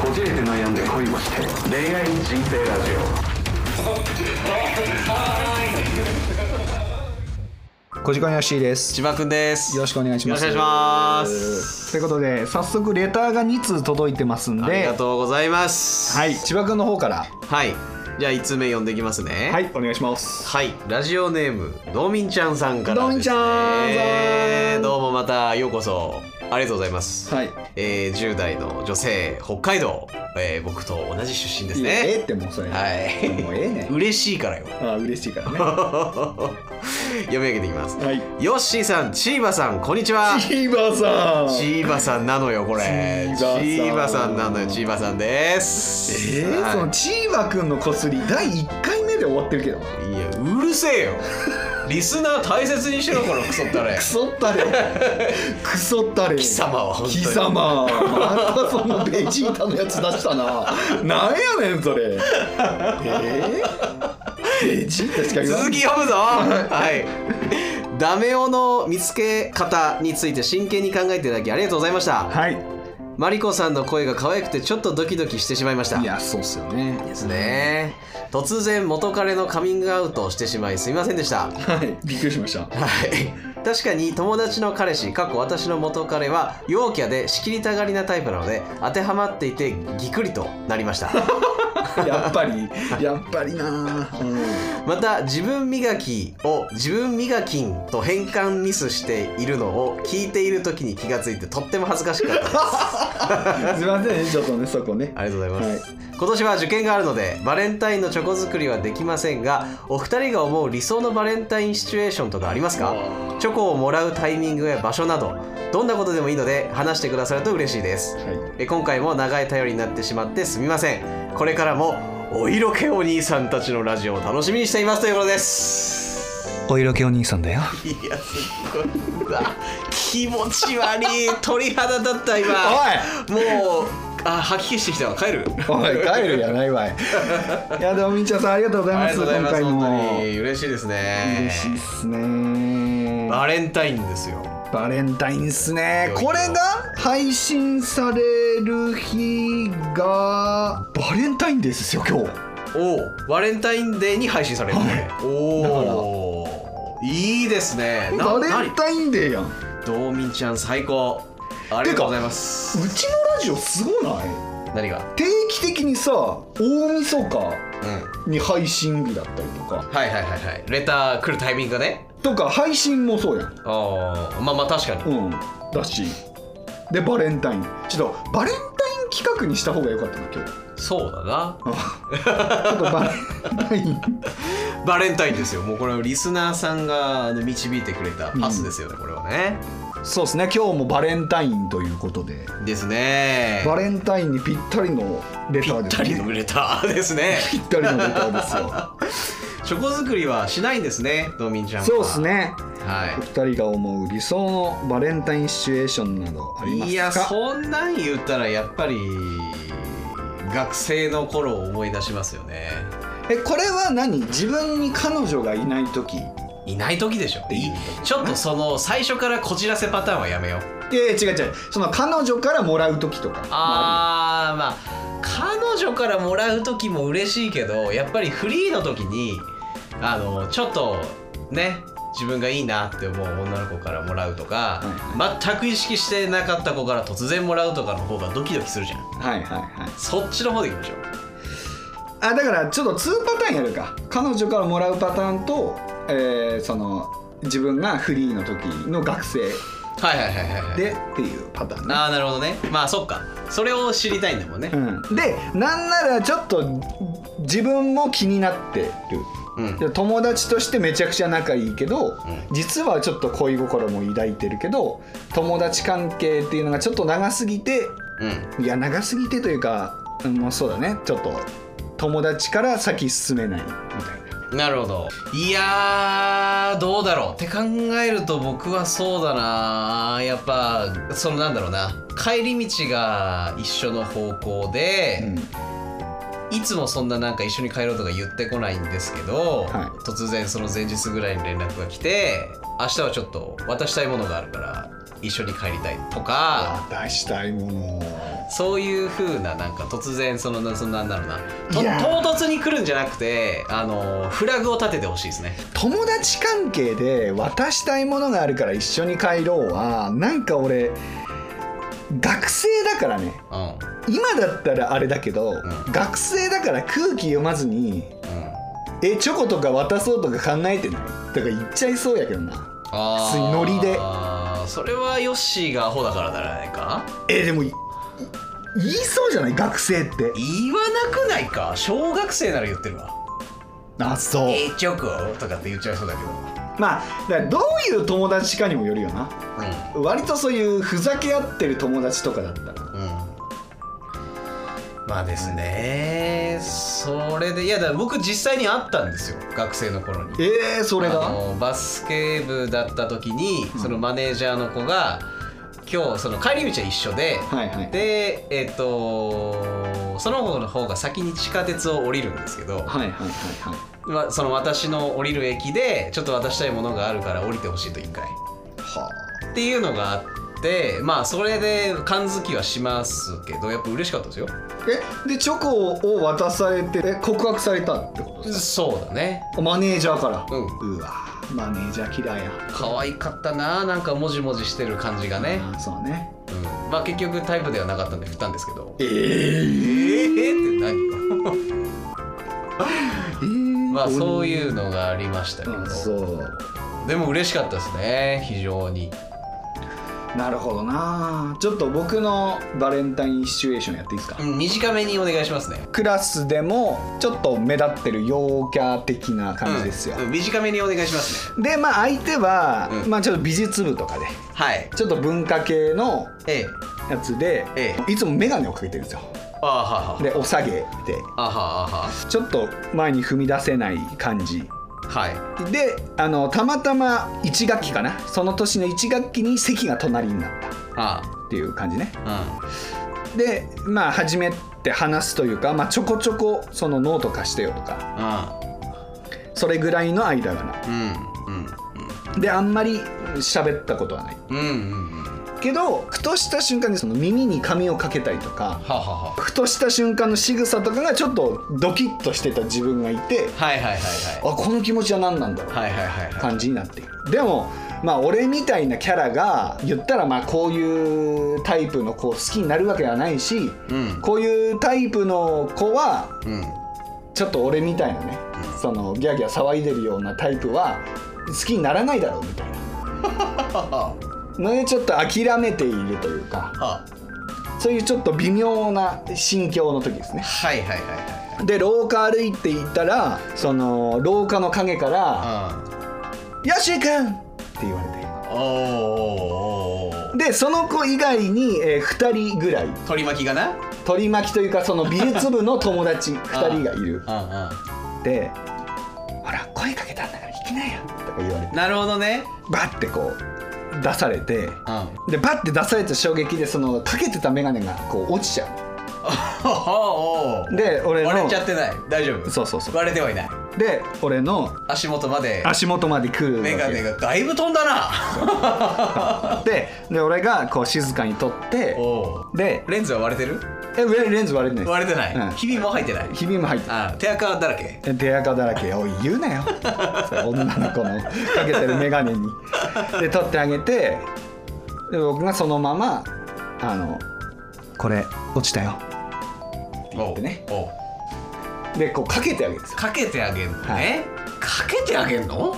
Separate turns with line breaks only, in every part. こじれて悩んで恋をして恋愛人生ラジ
小鹿よしーです。
千葉くんです。
よろしくお願いし
よ
ま
ろし
す。
くお願いします。
ということで早速レターが2通届いてますんで、
ありがとうございます。
はい千葉君の方から
はい。じゃあ一通目読んでいきますね。
はいお願いします。
はい。ラジオネームドミンちゃんさんからです、ね。
ドミンちゃんさん
どうもまたようこそ。ありがとうございます。
はい。
えー、10代の女性北海道、えー、僕と同じ出身です
いいねええ
ね。
ってもうそれ。
はい。
もうええ ね
嬉しいからよ。
ああ嬉しいからね。は
読み上げていきます。
い。
ヨッシーさん、チーバさん、こんにちは。
チーバーさん。
チーバさんなのよこれ
チーバ
チーバさ
さん
んなのよチーバさんです
えー、
はい
そのチーバ君のこすり第1回目で終わってるけど。
いやうるせえよリスナー大切にしろこのクソったれ
クソっ たれ。クソったれ。貴
貴様は本当に
貴様。またそのベジータのやつ出したな。なんやねんそれ。えー、ベジータしか言わない
続き読むぞはいダメ男の見つけ方について真剣に考えていただきありがとうございました
はい。
マリコさんの声が可愛くてちょっとドキドキしてしまいました
いや、そうっすよね。
ですね突然元彼のカミングアウトをしてしまいすいませんでした
はい、びっくりしました。
はい、 確かに友達の彼氏過去私の元彼は陽キャで仕切りたがりなタイプなので当てはまっていてぎくりとなりました
やっぱり、やっぱりなぁ。
また自分磨きを自分磨きんと変換ミスしているのを聞いている時に気がついてとっても恥ずかしかったです
うんすいませんね、ちょっとね、そこね。
ありがとうございます、今年は受験があるのでバレンタインのチョコ作りはできませんがお二人が思う理想のバレンタインシチュエーションとかありますかチョコをもらうタイミングや場所などどんなことでもいいので話してくださると嬉しいです
はい。
え今回も長い頼りになってしまってすみませんこれからもお色気お兄さんたちのラジオを楽しみにしていますということです
お色気お兄さんだよ。
いやすっごいうわ気持ち悪い鳥肌だった今もうあ吐き気してきたわ帰る
おい、帰るやないわい。いや、でも、みんちゃんさん、ありがとうござい
あ
ま
りが
す。
とうござい
今
ます本
回も。
当に嬉しいですね
嬉しいっすね。
バレンタインですよ
バレンタインっすね。
よいよ
これが配信される日が。バレンタインデーですよ、今日。
おおバレンタインデーに配信される、おおいいですね
バレ
何
ンタインデーやん。う
ドーミンちゃん最高ありがとうございます
ちのラジオすごない。
何が
定期的にさ大晦日
うん
に配信日だったりとか
はいはいはいはいレター来るタイミングがね
とか配信もそうやん
ああまあまあ確かに
うんだしでバレンタインちょっとバレンタイン企画にした方が良かったな今日
そうだな
ちょっとバレンタイン
バレンタインですよもうこれはリスナーさんがあの導いてくれたパスですよね、これはね
そうですね今日もバレンタインということで
ですね
バレンタインにぴったりのレタ
ぴ
ーで
っ
す
たりの
ね
レターですね
ぴったりのレターですよ
チョコ作りはしないんですねドーミンちゃんは
そうですね
はい
お二人が思う理想のバレンタインシチュエーションなどありますか
いやそんなん言ったらやっぱり学生の頃を思い出しますよね
えこれは何自分に彼女がいない時
いない時でしょ
いい
ちょっとその最初からこじらせパターンはやめよう
いやいや違う違うその彼女からもらう時とか
あーまあ彼女からもらう時も嬉しいけどやっぱりフリーの時にあのちょっとね自分がいいなって思う女の子からもらうとか、全く意識してなかった子から突然もらうとかの方がドキドキするじゃん
はいはいはい
そっちの方でいきましょう
あだからちょっと2パターンやるか彼女からもらうパターンと、えーその自分がフリーの時の学生
はいはいはいはい、はい、
でっていうパターンね
ああなるほどねまあそっかそれを知りたいんだもんね
うん、でなんならちょっと自分も気になって
うん、
る友達としてめちゃくちゃ仲いいけど、
ん
実はちょっと恋心も抱いてるけど友達関係っていうのがちょっと長すぎて
うん、
いや長すぎてというか、うん、もうそうだねちょっと友達から先進めないみたいな
なるほどいやーどうだろうって考えると僕はそうだなやっぱそのなんだろうな帰り道が一緒の方向で、いつもそんななんか一緒に帰ろうとか言ってこないんですけど、
は
突然その前日ぐらいに連絡が来て明日はちょっと渡したいものがあるから一緒に帰りたいとか
出したいもの
そういう風ななんか突然そのなそんなんだろうなと
いや
唐突に来るんじゃなくてあのフラグを立ててほしいですね
友達関係で渡したいものがあるから一緒に帰ろうはなんか俺学生だからね
うんうん
今だったらあれだけど、
ん
学生だから空気読まずに「えチョコとか渡そう」とか考えてないとか言っちゃいそうやけどな
あー
普通にノリで
それはヨッシーがアホだからじゃないか
えでもいい言いそうじゃない学生って
言わなくないか小学生なら言ってるわ
あそ
えーチョコとかって言っちゃいそうだけど
まあだからどういう友達かにもよるよな割とそういうふざけ合ってる友達とかだったら
うんうんまあですねそれでいやだから僕実際に会ったんですよ学生の頃に
えー、それ
あ
が
のバスケ部だった時に、
うん
そのマネージャーの子が今日その帰り道は一緒で、
はいはい
でえっ、とその子の方が先に地下鉄を降りるんですけど、
はいはいはいはい
まその私の降りる駅でちょっと渡したいものがあるから降りてほしいと一回
は
っていうのがあってまあそれで感づきはしますけどやっぱ嬉しかったですよ
あえでチョコを渡されてえ告白されたってことです
そうだね
かマネージャーから
うん
うわマネージャー嫌いや
可愛かったななんかもじもじしてる感じがね、
あそうね
うん、まあ結局タイプではなかったんで振ったんですけど
え
えー、
ー、
って何よ
えー
まあそう
う
いうのがありましたけど
んそう
でも嬉しかったですね非常に
なるほどなちょっと僕のバレンタインシチュエーションやっていいですか、
うん短めにお願いしますね
クラスでもちょっと目立ってる陽キャ的な感じですよ、
うんうん短めにお願いしますね
でまあ相手は、
うん
まあちょっと美術部とかで
はい
ちょっと文化系の
ええ
やつで、
え
いつも眼鏡をかけてるんですよ
あはは
でお下げで
あはあは
ちょっと前に踏み出せない感じ
はい
であのたまたま1学期かなその年の1学期に席が隣になった
あ
っていう感じね
あ
でまあ初めて話すというか、まあ、ちょこちょこそのノート貸してよとかそれぐらいの間がな
うんうん
であんまり喋ったことはない
うんうんうんうんは
けどふとした瞬間にその耳に髪をかけたりとか
あはあは
ふとした瞬間の仕草とかがちょっとドキッとしてた自分がいて
あはいはいはい
あこの気持ちは何なんだろう
はいはいはいはいはい
感じになっているでもまあ俺みたいなキャラが言ったらまあこういうタイプの子を好きになるわけではないし
うん
こういうタイプの子は
うん
ちょっと俺みたいなね、そのギャーギャー騒いでるようなタイプは好きにならないだろうみたい
は
なのでちょっと諦めているというか
あ
そういうちょっと微妙な心境の時ですね
はいはいはいはい
で廊下歩いていったらその廊下の陰から
あ
「よしーくん!」って言われて
おーおーおー
でその子以外に、え2人ぐらい
取り巻きがなうん
取り巻きというかその美術部の友達2人がいる
う
で「ほら声かけたんだから行きなよ」とか言われて
んなるほどね
バッてこう出されて
うん
でバッて出された衝撃でそのかけてた眼鏡がこう落ちちゃ
お
う
ー
で俺の
割れちゃってない大丈夫
そうそうそう
割れてはいない
で俺の
足元まで
足元まで来るわけ
メガネがだいぶ飛んだな
でで俺がこう静かに取って
おー
で
レンズは割れてる
えレレンズ割れてない
割れてない、
うん
ひびも入ってない
ですひびも入ってな
あ
い
手垢だらけ
で手垢だらけおい言う なよそれ女の子のかけてる眼鏡にで取ってあげてで僕がそのままあのこれ落ちたよ
お
ってね
お
でこうかけてあげるんですよ
かけてあげんのね、
はい
かけてあげんの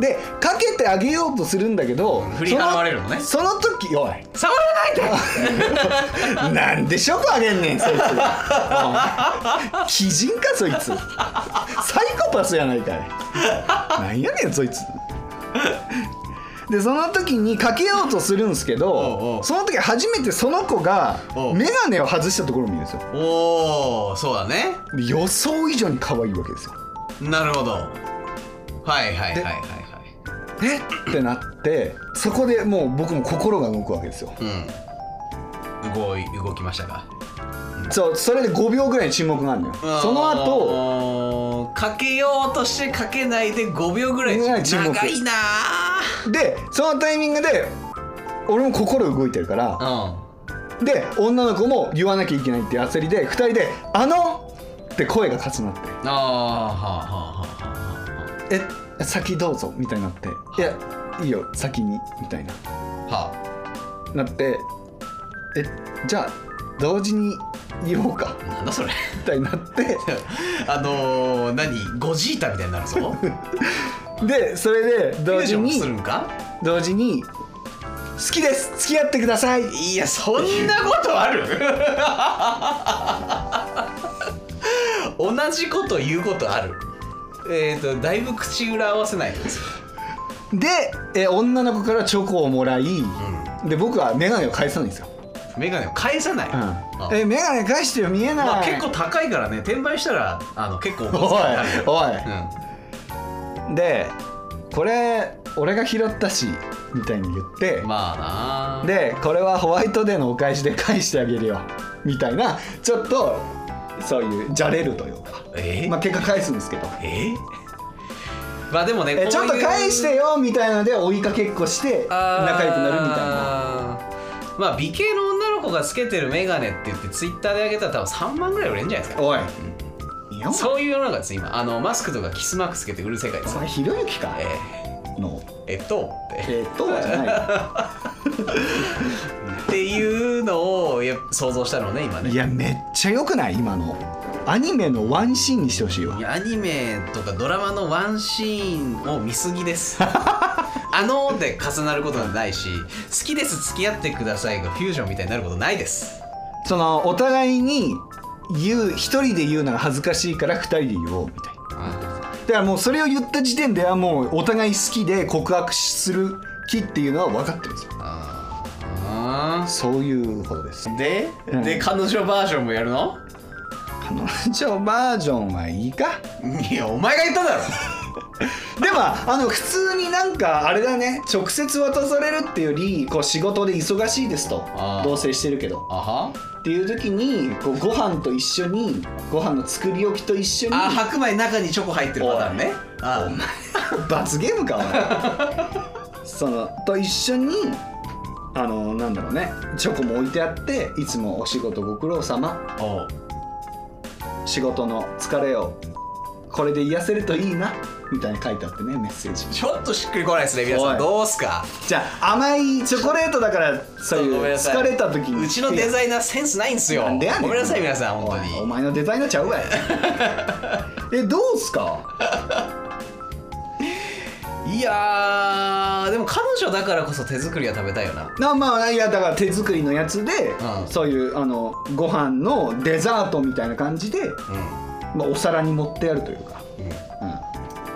でかけてあげようとするんだけど
振り払われるのね
そのその時おい
触らないで
なんでショコあげんねんそいつ おい鬼人かそいつサイコパスやないかいなんやねんそいつでその時にかけようとするんですけ
お
ど
うおう
その時初めてその子が
おう
眼鏡を外したところを見るんですよ
おおそうだね
で予想以上に可愛いわけですよ
なるほどはいはいはいはい
で
はい
えってなってそこでもう僕も心が動くわけですよ
うん動い動きましたか
そうそれで5秒ぐらい沈黙があるのよその後
後かけようとしてかけないで5秒ぐらい
ぐらい沈黙
長いな
でそのタイミングで俺も心動いてるから
ー
で女の子も言わなきゃいけないっていう焦りで2人で「あの!」って声が勝つなって
あーはあはあはあはあ
「え先どうぞ」みたいになって「いやいいよ先に」みたいな
はあ
なって「えじゃあ同時に言おうか」
なんだそれ
みたいになって
あのー、何ゴジータみたいになるぞフ
でそれで
ュ
同
ージ
時
ョンする
に
んか
同時に「好きです付き合ってください」
いやそんなことある同じこと言うことあるえっ、ー、とだいぶ口裏合わせないんですよ、
で、えー女の子からチョコをもらい、で僕は眼鏡を返さないんですよ、
メガネを返さない、あ
えー眼鏡返してよ見えない、
まあ、結構高いからね転売したらあの結構お小遣いになるよ
おいおい、
うん
でこれ俺が拾ったしみたいに言って、
まあな
でこれはホワイトデーのお返しで返してあげるよみたいなちょっとそういうじゃれるというか、
え
まあ、結果返すんですけど
えまあでもね
えーちょっと返して
よ
よみたいので追いかけっこして仲良くなるみたいな
なまあ美形の女の子がつけてるメガネって言ってツイッターで上げたら多分3万ぐらい売れるんじゃないですか
おいいや
そういう世の中です今あのマスクとかキスマークつけて売る世界です
それひろゆきか
え
の
ーえっとって
えーっとじゃないよ
っていうのをやっぱ想像したのね今ね
いやめっちゃ良くない今のアニメのワンシーンにしてほしいわ
いやアニメとかドラマのワンシーンを見すぎです あのーで重なることはないし「好きです付き合ってください」がフュージョンみたいになることないです
そのお互いに言う一人で言うのが恥ずかしいから二人で言おうみたいなだからもうそれを言った時点ではもうお互い好きで告白する気っていうのは分かってるんですよ
あ
そういうことです
で、
うん
で彼女バージョンもやるの
彼女バージョンはいいか
いやお前が言っただ ろ
でもあの普通になんかあれだね直接渡されるっていうよりこう仕事で忙しいですと
あー
同棲してるけど
あは
っていう時にこうご飯と一緒にご飯の作り置きと一緒に
あ白米中にチョコ入ってるパターンねあ
お前罰ゲームかお前そのと一緒にあのなんだろうねチョコも置いてあっていつもお仕事ご苦労様
おう
仕事の疲れをこれで癒せるといいなみたいに書いてあってねメッセージ
ちょっとしっくりこないですね皆さ
お
ん
い
どうすか
じゃあ甘いチョコレートだからそうい
ごめん
う
なさい
疲れた時に
うちのデザイナーセンスないんすよ
なんでやねん
ごめんなさい皆さん本当
おいお
に
前のデザイナーちゃ うわいえどうすか
いやーでも彼女だからこそ手作りは食べたいよな
なまあいやだから手作りのやつで、
うん
そういうあのご飯のデザートみたいな感じで
うん、
まあ、お皿に盛ってあるというか、
うん、
う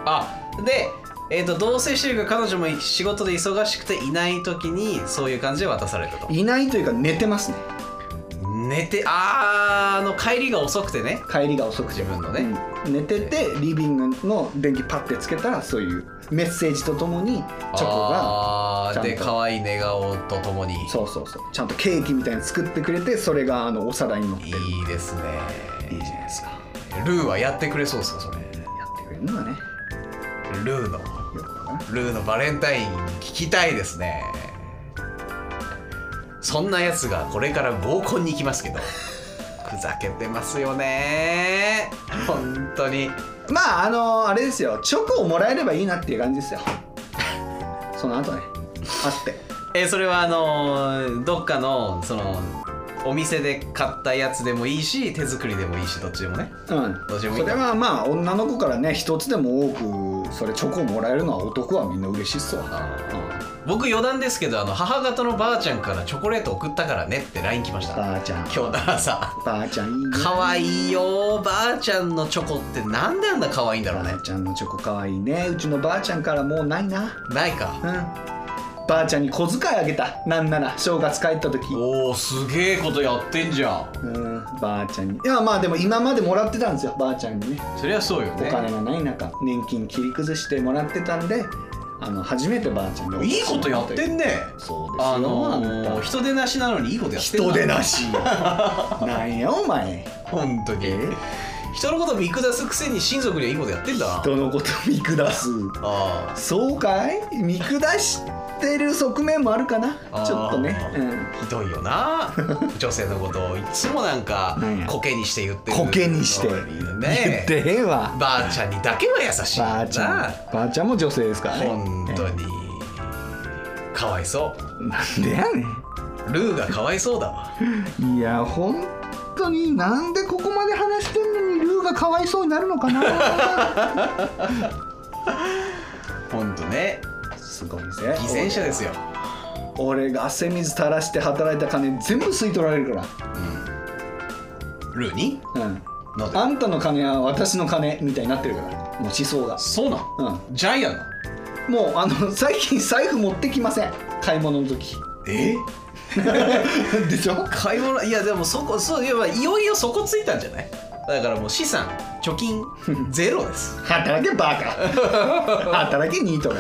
あでえー、と同棲してるから彼女も仕事で忙しくていない時にそういう感じで渡されると
ん、いないというか寝てますね
寝てあーあの帰りが遅くてね
帰りが遅くて
自分のね、
うん寝ててリビングの電気パッてつけたらそういうメッセージとともにチョコが
あ
ちゃ
ー
んと
で可愛い寝顔とともに
そうそうそうちゃんとケーキみたいに作ってくれてそれがあのお皿に乗って
い
る
いですね
いいじゃないですか
ルーはやってくれそうですかそれ
やってくれるのはねよ
ルーの
くわからん
ルーのバレンタイン聞きたいですねそんなやつがこれから合コンに行きますけどふざけてますよね本当に
まああのあれですよチョコをもらえればいいなっていう感じ ですよその後ね会って
えーそれはあのーどっかのそのお店で買ったやつでもいいし手作りでもいいしどっちでもね
うん
どうし
そ
てもいいん
れ
だ
はまあ女の子からね一つでも多くそれチョコをもらえるのは男はみんな嬉しいっすわ
僕余談ですけどあの母方のばあちゃんからチョコレート送ったからねって LINE 来ました
ばあちゃん
今日の朝
ばあちゃんいいね
可愛いよばあちゃんのチョコってなんであんな可愛いんだろう
ば
ね
あちゃんのチョコかわいいねうちのばあちゃんからもうないな
ない
うん
か
ばあちゃんに小遣いあげたなんなら正月帰った時
おおすげえことやってんじゃん
うんばあちゃんにいやまあでも今までもらってたんですよばあちゃんにね
そりゃそうよ
お金がない中年金切り崩してもらってたんであの初めてばあちゃんにお
いいことやってんね
そうですよ
あ
あ
の
ん
ー、
た
人出なしなのにいいことやってん
人出なし なんやお前
本当に人のこと見下すくせに親族にはいいことやってんだな
人のこと見下す
あ
そうかい見下しってる側面もあるかな
あー
ちょっとね、
ひどいよ な女性のことをいつもなんか
なんや
コケにして言って
うん、
る
コケにして言
ねえ
ってへんわ
ばあちゃんにだけは優しい
ばあちゃんばあちゃんも女性ですから
な
ね
本当にかわいそ
なんでやね
うルーがかわいそうだわ
んいや本当になんでここまで話してんのにルーがかわいそうになるのかな
本当ね
すごいぜ
偽善者ですよ
俺が汗水垂らして働いた金全部吸い取られるか
ルーに
らうん
なんで
あんたの金は私の金みたいになってるからもう思想が
そうなの、ジャイアンなの
もうあの 最近財布持ってきません買い物の時
え
でしょ
買い物いやでもそこそういえばいよいよそこついたんじゃないだからもう資産貯 金ゼロです
働け バカ働けニートが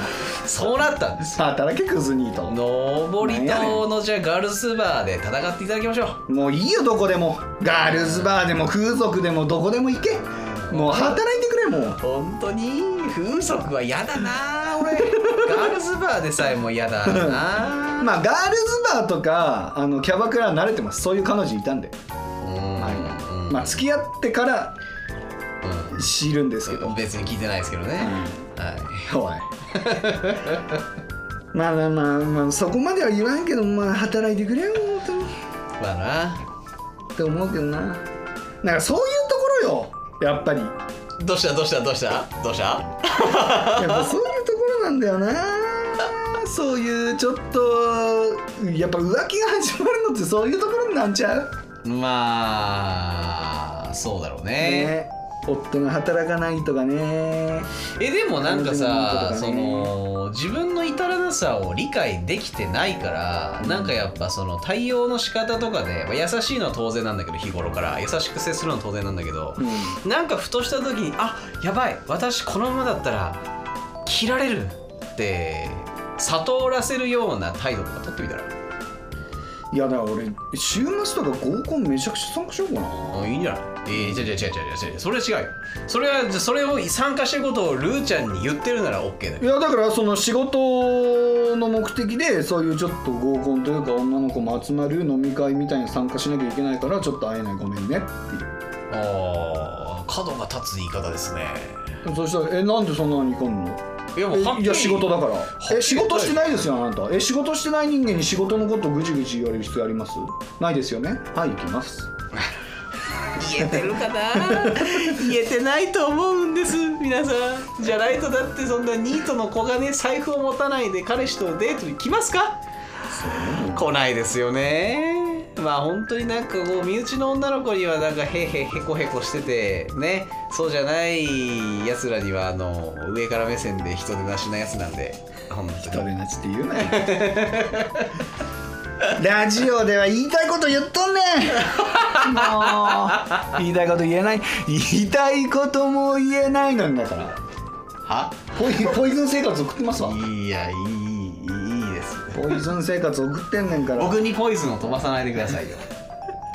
そうなったんです
働けクズニート
上り島のじゃあガールズバーで戦っていただきましょう
もういいよどこでもガールズバーでも風俗でもどこでも行けもう働いてくれもう
本当に風俗は嫌だな 俺ガールズバーでさえも嫌だ な
まあガールズバーとかあのキャバクラは慣れてますそういう彼女いたんで、
うん
まあ付き合ってから知るんですけど、
うん別に聞いてないですけどね、はい
おい まあまあまあまあそこまでは言わんけどまあ働いてくれよ本当に
まあ
って思うけどななんかそういうところよやっ ぱり
などうしたどうしたどうしたどうした
やっぱそういうところなんだよなそういうちょっとやっぱ浮気が始まるのってそういうところなんちゃう
まあそうだろうね
ね夫が働かないとかね
えでもなんかさ、
彼女のこととか
そ
ね
の自分の至らなさを理解できてないから、なんかやっぱその対応の仕方とかで、まあ、優しいのは当然なんだけど日頃から優しく接するのは当然なんだけど、なんかふとした時にあやばい私このままだったら切られるって悟らせるような態度とか取ってみたら、
いやだから俺週末とか合コンめちゃくちゃ参加しようかな
うんいいんじゃないえー、違う違う違う違う違うそれは違うよそれはそれを参加してることをルーちゃんに言ってるなら OK だけど
いやだからその仕事の目的でそういうちょっと合コンというか女の子も集まる飲み会みたいに参加しなきゃいけないからちょっと会えないごめんねっていう
ああ角が立つ言い方ですね
そしたら「えなんでそんなのに来んの?
いやもうはっき
え」
り
いや仕事だから
り
え仕事してないですよあなたえ仕事してない人間に仕事のことぐちぐち言われる必要ありますないですよねはい行きます
言えてるかな言えてないと思うんです皆さんじゃないとだってそんなニートの子がね財布を持たないで彼氏とデートに来ますか来ないですよねまあ本当になんかこう身内の女の子にはなんかへへへこへこしててねそうじゃないやつらにはあの上から目線で人でなしなやつなんで本当
食
に
べなちって言うなよラジオでは言いたいこと言っとんねんもう言いたいこと言えない言いたいことも言えないのにだから
は
ポイポイズン生活送ってますわ
いやいいいいです
ポイズン生活送ってんねんから
僕にポイズンを飛ばさないでくださいよ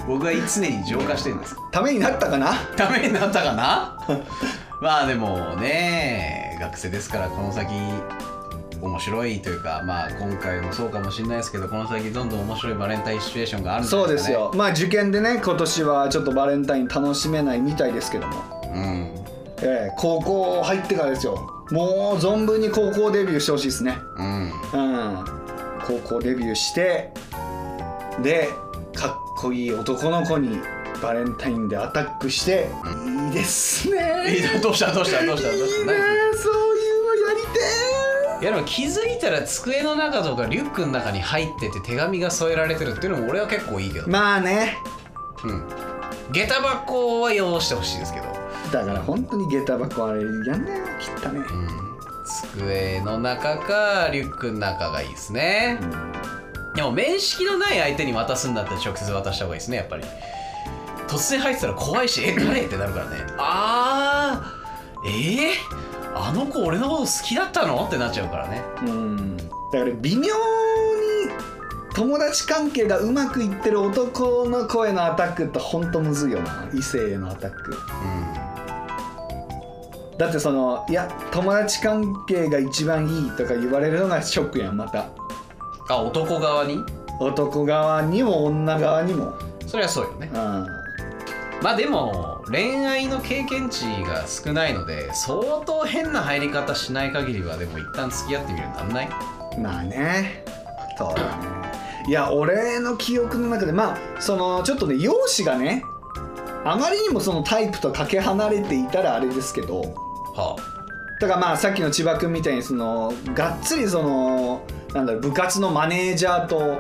僕は常に浄化してるんです
ためになったかな
ダメになったか なまあでもね学生ですからこの先面白いというかまあ今回もそうかもしれないですけどこの先どんどん面白いバレンタインシチュエーションがあるんじゃ
そ
な
う
い
で
か
すよまあ受験でね今年はちょっとバレンタイン楽しめないみたいですけども、
ね
ええ高校入ってからですよもう存分に高校デビューしてほしいですね
うんうん
うん高校デビューしてでかっこいい男の子にバレンタインでアタックしていいですねいいね
えどうしたどうしたどうし
そう
たどう
い
し
う
た
のや
何
りて
いやでも気づいたら机の中とかリュックの中に入ってて手紙が添えられてるっていうのも俺は結構いいけど
ーまあね
うん下駄箱は用意してほしいですけど
だから本当に下駄箱あれやんなよきったね
机の中かリュックの中がいいですね、でも面識のない相手に渡すんだったら直接渡した方がいいですねやっぱり突然入ってたら怖いし「え誰?」ってなるからねあーえー、あの子俺のこと好きだったのってなっちゃうからね
うんだから微妙に友達関係がうまくいってる男の声のアタックって本当むずいよな異性へのアタックだってそのいや友達関係が一番いいとか言われるのがショックやんまた
あ男側に
男側にも女側にも
それはそうよね
うん
まあでも恋愛の経験値が少ないので相当変な入り方しない限りはでも一旦付き合ってみるなんない
まあねそうだねいや俺の記憶の中でまあそのちょっとね容姿がねあまりにもそのタイプとかけ離れていたらあれですけど
は
だからまあさっきの千葉君みたいにそのがっつりそのなんだろう部活のマネージャーと
あ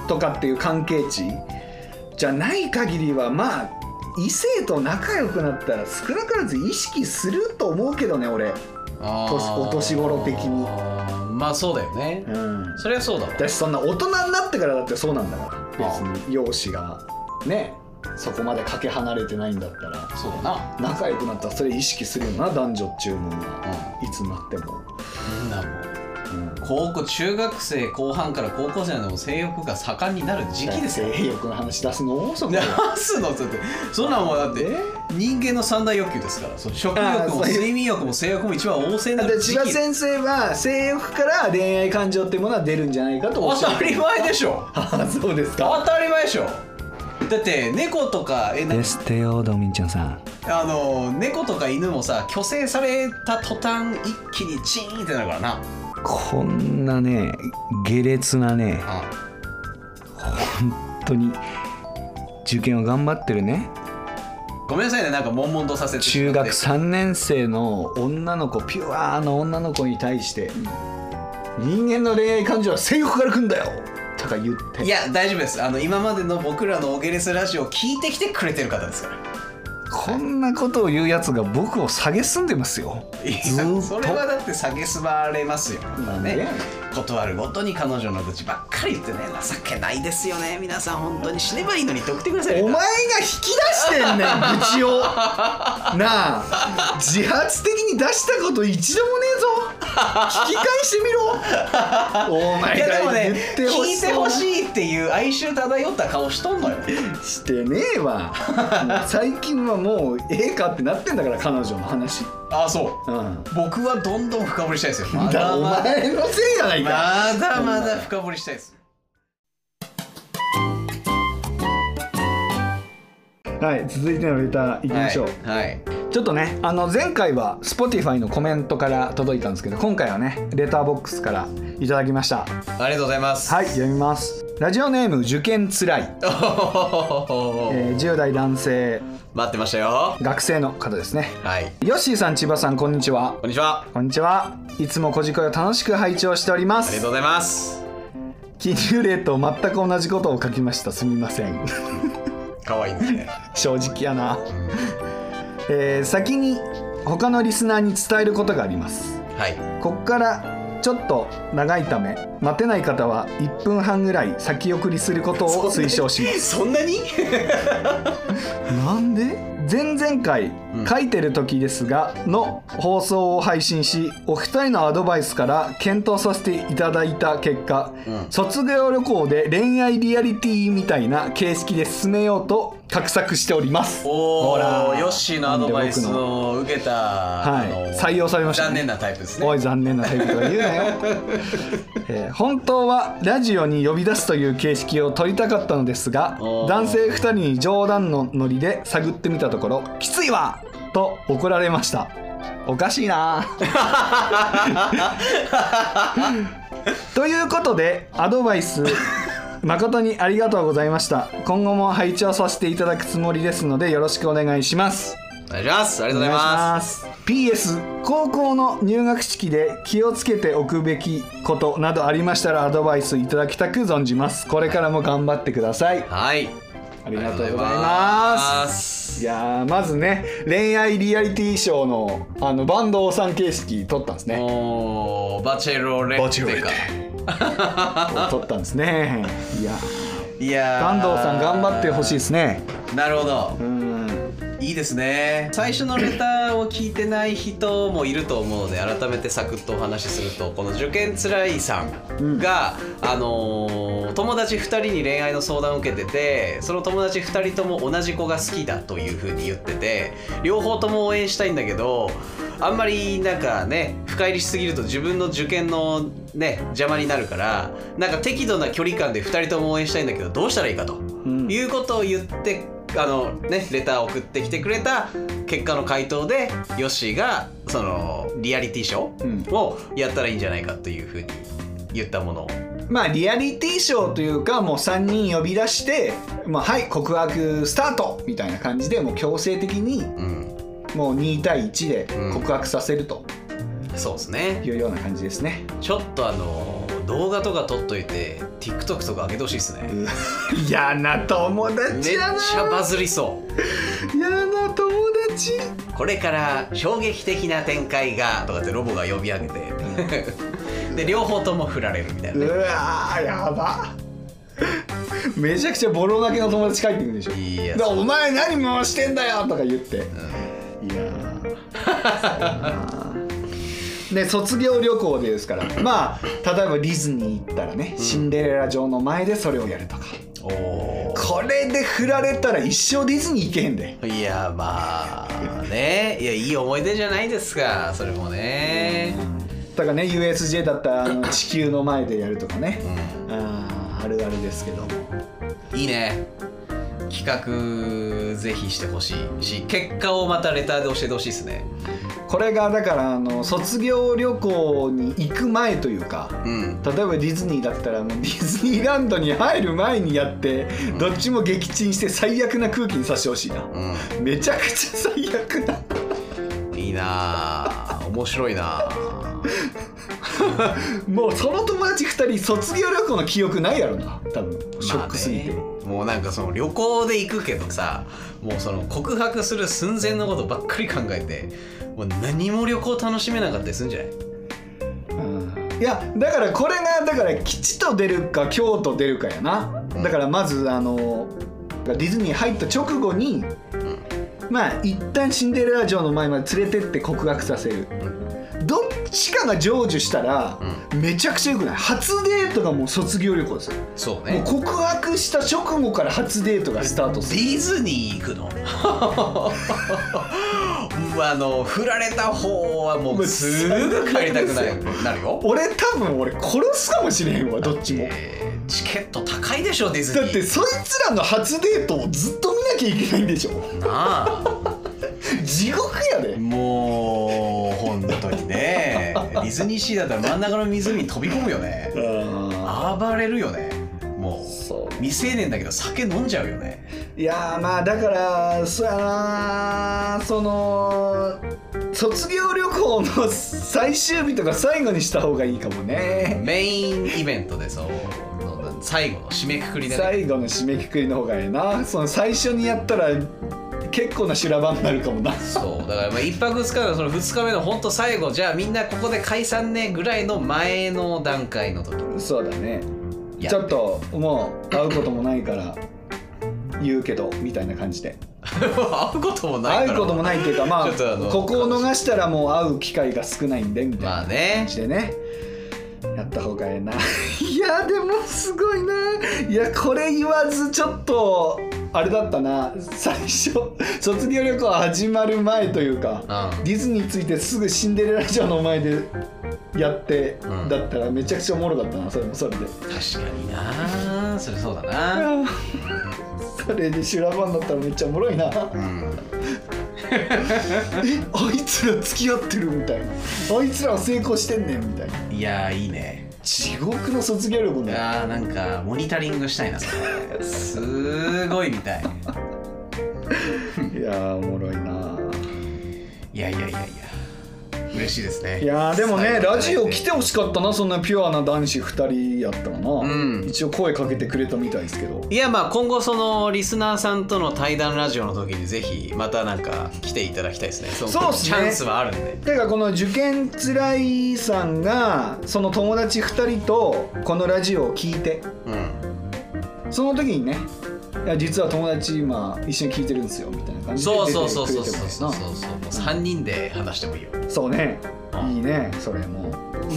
うん
とかっていう関係値じゃない限りはまあ異性と仲良くなったら少なからず意識すると思うけどね俺
あ
年お年頃的に
にまあそうだよね
うん
それはそうだわ
だしそんな大人になってからだってそうなんだから別に容姿がねそこまでかけ離れてないんだったら
そうだな
仲良くなったらそれ意識するよな男女っちゅうもんはいつになっても、
みんなもう高校中学生後半から高校生の性欲が盛んになる時期ですよ
性欲の話出すの そこ
出
は
すのだってそんなんもうだって
え
人間の三大欲求ですからその食
あ
欲
ー
も
そういう
睡眠欲も性欲も一番旺盛な
だから
時
千
期
葉先生は性欲から恋愛感情っていうものは出るんじゃないかとおっしゃ
当
った
り前でしょ
あそうですか
当たり前でしょだって猫とかえな
すってよドミンちゃんさん
あの猫とか犬もさ虚勢された途端一気にチーンってなるからな
こんなね下劣なね本当に受験を頑張ってるね
ごめんなさいねなんか悶々とさせてしま
中
って
学3年生の女の子ピュアな女の子に対して「人間の恋愛感情は性欲から来んだよ!」とか言って
いや大丈夫ですあの今までの僕らのオゲレスラジオを聞いてきてくれてる方ですから
こんなことを言うやつが僕を蔑んでますよ
いや
ずーっと
それはだって蔑まれますよ、
なんで
ね、断るごとに彼女の愚痴ばっかり言ってね情けないですよね皆さん本当に死ねばいいのにって送ってくださいね
お前が引き出してんねん愚痴をなあ自発的に出したこと一度もねえぞ聞き返してみろお前
いやでも
が
ね
言ってほ
聞
し
い
そ
て
う
ほ
な
しいっていう哀愁漂った顔しとんのよ
してねえわもう最近はもうええかってなってんだから彼女の話
あそう
うん
僕はどんどん深掘りしたいですよまだ
だお
まだ
前のせいやない
ま
か
だまだ深掘りしたいです
はい続いてのレターいきましょう、
はい、はい
ちょっとねあの前回は Spotify のコメントから届いたんですけど今回はねレターボックスからいただきました
ありがとうございます
はい読みますラジオネーム受験つらい、
おー
えー10代男性
待ってましたよ
学生の方ですね
はい
ヨッシーさん千葉さんこんにちは
こんにちは
こんにちはいつもこじこよ楽しく拝聴しておりま
あり
す
がとうございます
記入例と全く同じことを書きましたすみません
可愛いですね
正直やな、 えー先に他のリスナーに伝えることがあります
はい
こっからちょっと長いため待てない方は1分半ぐらい先送りすることを推奨します
そんなに
なんで前々回
うん
書いてる時ですがの放送を配信しお二人のアドバイスから検討させていただいた結果、
うん
卒業旅行で恋愛リアリティみたいな形式で進めようと画策しております
おお
ほら
ヨッシーのアドバイスを受けた、
はい
あの
採用されましたね
残念なタイプですね
おい残念なタイプとか言うなよ、 えー本当はラジオに呼び出すという形式を取りたかったのですが
おー
男性2人に冗談のノリで探ってみたところ「きついわ!」と怒られましたおかし いなということでアドバイス誠にありがとうございました今後も拝聴させていただくつもりですのでよろしくお願いします
お願いしますあり
お
がとうござい
願いし
ま
ます。PS 高校の入学式で気をつけておくべきことなどありましたらアドバイスいただきたく存じます。これからも頑張ってください
す。はい
ありが
あ
とうござい
りがとうござい
ま。
ますす
いやーまずね恋愛リアリティショーのあのバンドさん形式取ったんですね。
おーバチェロレ
バチェロレ
ッ
ッ
テか
取ったんですね。いや
いや
バンドさん頑張ってほしいですすね。
なるほど
うん。
いいですね最初のレターを聞いてない人もいると思うので改めてサクッとお話しするとこの受験つらいさんが、あのー友達2人に恋愛の相談を受けててその友達2人とも同じ子が好きだというふうに言ってて両方とも応援したいんだけどあんまりなんかね不深入りしすぎると自分の受験のね邪魔になるからなんか適度な距離感で2人とも応援したいんだけどどうしたらいいかと、
ん
いうことを言ってあのねレターを送ってきてくれた結果の回答でヨッシーがそのリアリティショーをやったらいいんじゃないかというふうに言ったものを
まあリアリティショーというかもう3人呼び出して「まあ、はい告白スタート!」みたいな感じでもう強制的に
うん
もう2対1で告白させると
そうですね
いうような感じですね。
ちょっとあの動画とか撮っといて TikTok とか上げてほしいですね
嫌な友
めっ
達
ち
やな
ゃバズりそう
嫌な友達
これから衝撃的な展開がとかってロボが呼び上げて で両方とも振られるみたいうなね
わーやばめちゃくちゃボロ泣きの友達帰ってくるでしょ
いや
だから
そう
お前何回してんだよとか言って、いやーそうだなで卒業旅行でですからまあ例えばディズニー行ったらね、シンデレラ城の前でそれをやるとか
おお
これで振られたら一生ディズニー行けへんで
ーいやまあねいやいい思い出じゃないですかそれもね
だからね USJ だったらあの地球の前でやるとかね、あーあるあるですけども
いいね企画ぜひしてほしいし結果をまたレターで教えてほしいですね
これがだからあの卒業旅行に行く前というか
うん
例えばディズニーだったらもう ディズニーランドに入る前にやってどっちも撃沈して最悪な空気にさせてほしいな
う
めちゃくちゃ最悪だ
んいいなあ面白い なあ
もうその友達2人卒業旅行の記憶ないやろな多分ショックすぎて、
まあねもうなんかその旅行で行くけどさもうその告白する寸前のことばっかり考えてもう何も旅行楽しめなかったりするんじゃない
うんいやだからこれがだから吉と出るか京と出るかやなだからまずあのディズニー入った直後にまあ一旦シンデレラ城の前まで連れてって告白させるどっちかが成就したらめちゃくちゃよくない初デートがもう卒業旅行ですよ
そう
もう
ね
告白した直後から初デートがスタートす
デ
る
ィズニー行くのあの振られた方はもうすぐ帰りたくなるなるよ、
俺多分俺殺すかもしれへんわどっちも
えーチケット高いでしょディズニー
だってそいつらの初デートをずっと見なきゃいけないんでしょ
なあ
地獄やで
もう本当にねディズニーシーだったら真ん中の湖に飛び込むよね
あ
暴れるよねもう
そ
未成年だけど酒飲んじゃうよね
ういやーまあだからそうやなその卒業旅行の最終日とか最後にした方がいいかもね
メインイベントでそう最後の締めくくりで、ね、
最後の締めくくりの方がいいなその最初にやったら結構な修羅場になるかもな
そうだからまあ1泊2日のその2日目のほんと最後じゃあみんなここで解散ねぐらいの前の段階の時に
そうだね
や
ちょっともう会うこともないから言うけどみたいな感じで
会うこともない
会
か
う
ら
こともないっていうかまあ
ちょっとあの
ここを逃したらもう会う機会が少ないんでみたいな
まあね
してねやった方がええな いやでもすごいないやこれ言わずちょっとあれだったな最初卒業旅行始まる前というか、
うん
ディズニーついてすぐシンデレラ城の前でやって、
うん
だったらめちゃくちゃおもろかったなそれもそれで
確かになそれそうだな
あー それで修羅場になったらめっちゃおもろいな、
うん
えあいつら付き合ってるみたいなあいつらは成功してんねんみたいない
やーいいね
地獄の卒業旅行
い
だよ
やーなんかモニタリングしたいなそれすーごいみたい
いやーおもろいない
やいやいやいや嬉しいですね
いやーでもねラジオ来
来
てほしかったなそんなピュアな男子2人やったらな、
ん
一応声かけてくれたみたいですけど
いやまあ今後そのリスナーさんとの対談ラジオの時にぜひまたなんか来ていただきたいですねその
そうっすね
チャンスはあるんで
てかこの受験つらいさんがその友達2人とこのラジオを聞いて
うん
その時にねいや実は友達今一緒に聞いてるんですよみたいな感じで
そう
出て
そうそうそう
くれても
そ
いうい
そうそうそうもう3人で話してもいいよ
なそうね
うん
いいねそれも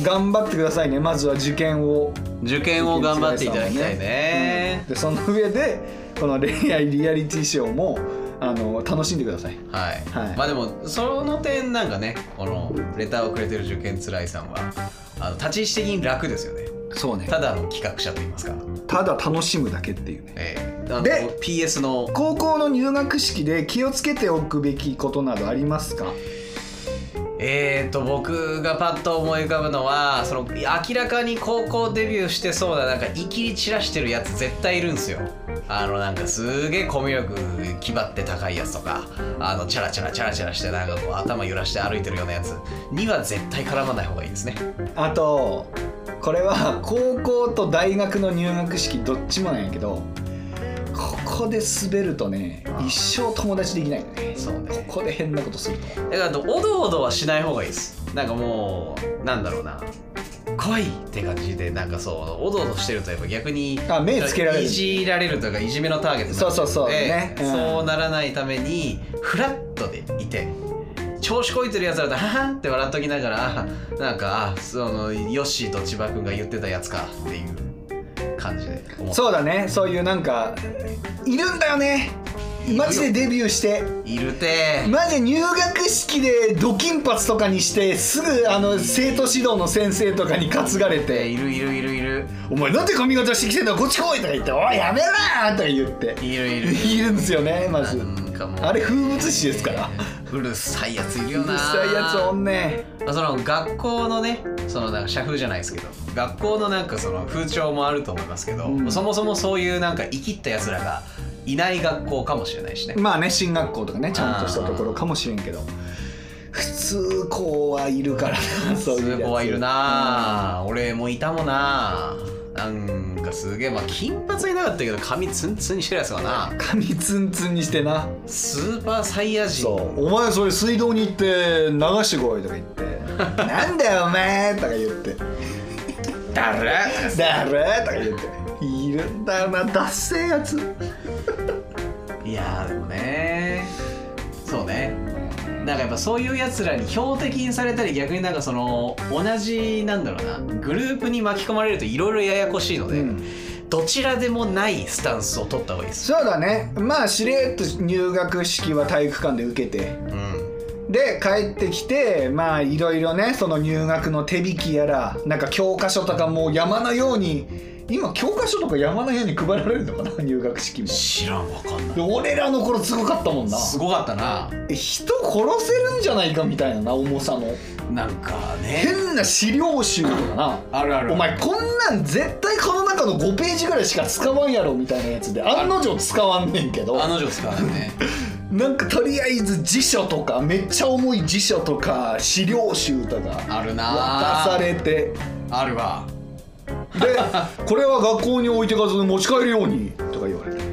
頑張ってくださいねまずは受験を
受験を頑張っていただきたいね
でその上でこの恋愛リアリティショーもあの楽しんでください
はい、
はい
まあでもその点なんかねこのレターをくれてる受験つらいさんはあの立ち位置的に楽ですよね
そうね
ただの企画者といいますか、
ただ楽しむだけっていうね
ええあの
で
PS の
高校の入学式で気をつけておくべきことなどありますか
えーと僕がパッと思い浮かぶのはその明らかに高校デビューしてそうななんかいきり散らしてるやつ絶対いるんですよあのなんかすげえコミュ力気張って高いやつとかあのチャラチャラチャラチャラしてなんかこう頭揺らして歩いてるようなやつには絶対絡まない方がいいですね
あとこれは 高校と大学の入学式どっちもなんやけどここで滑るとね一生友達できないよね
そうね
ここで変なことすると
だからあとおどおどはしない方がいいですなんかもうなんだろうな来いって感じでなんかそうおどおどしてるとやっぱ逆に
あ目つけられる
いじられるとかいじめのターゲットになっちゃので
そうそうそうねうん
そうならないためにフラットでいて調子こいてるやつらと「ははん」って笑っときながらあなんかあそのヨッシーと千葉君が言ってたやつかっていう感じで思って
そうだねそういうなんかいるんだよねマジでデビューして
いるて
マジで入学式でドキンパツとかにしてすぐあの生徒指導の先生とかに担がれて
いるいるいるいる
「お前なんで髪型してきてんだこっち来い!」とか言って「おいやめろ!」とか言って
いるいる
いるんですよねまず
なんかもう
あれ風物詩ですから
うるさいやついるよ
う
な
るさいやつおんね
まあその学校のねそのなんか社風じゃないですけど学校のなんかその風潮もあると思いますけど、
うん
そもそもそういうなんか生きったやつらがいない学校かもしれないしね、
まあね進学校とかねちゃんとしたところかもしれんけど普通校はいるからなそういうや
す
つ
ごいいるなあ、俺もいたもんなあなんかすげえまあ金髪いなかったけど髪ツンツンにしてるやつがな
髪ツンツンにしてな
スーパーサイヤ人
そう「お前それ水道に行って流してこい」とか言って 「なんだよお前」とか言って
だる
「だろ?」とか言っているんだよなダッセーやつ
いやーでもねそうねなんかやっぱそういうやつらに標的にされたり逆になんかその同じなんだろうなグループに巻き込まれるといろいろややこしいので、
うん
どちらでもないスタンスを取った方がいいです。
そうだねまあしれっと入学式は体育館で受けて
うん、
で帰ってきてまあいろいろねその入学の手引きやらなんか教科書とかもう山のように今教科書とか山のように配られるのかな 入学式も
知らんわかんない
で俺らの頃すごかったもんな
すごかったな
人殺せるんじゃないかみたいなな重さの
なんかね
変な資料集とかな
あるある
お前こんなん絶対この中の5ページぐらいしか使わんやろみたいなやつで案の定使わんねんけど
あの女使わないね
なんかとりあえず辞書とかめっちゃ重い辞書とか資料集とか
あるな
渡されて
あるわ
でこれは学校に置いてかずに持ち帰るようにとか言われて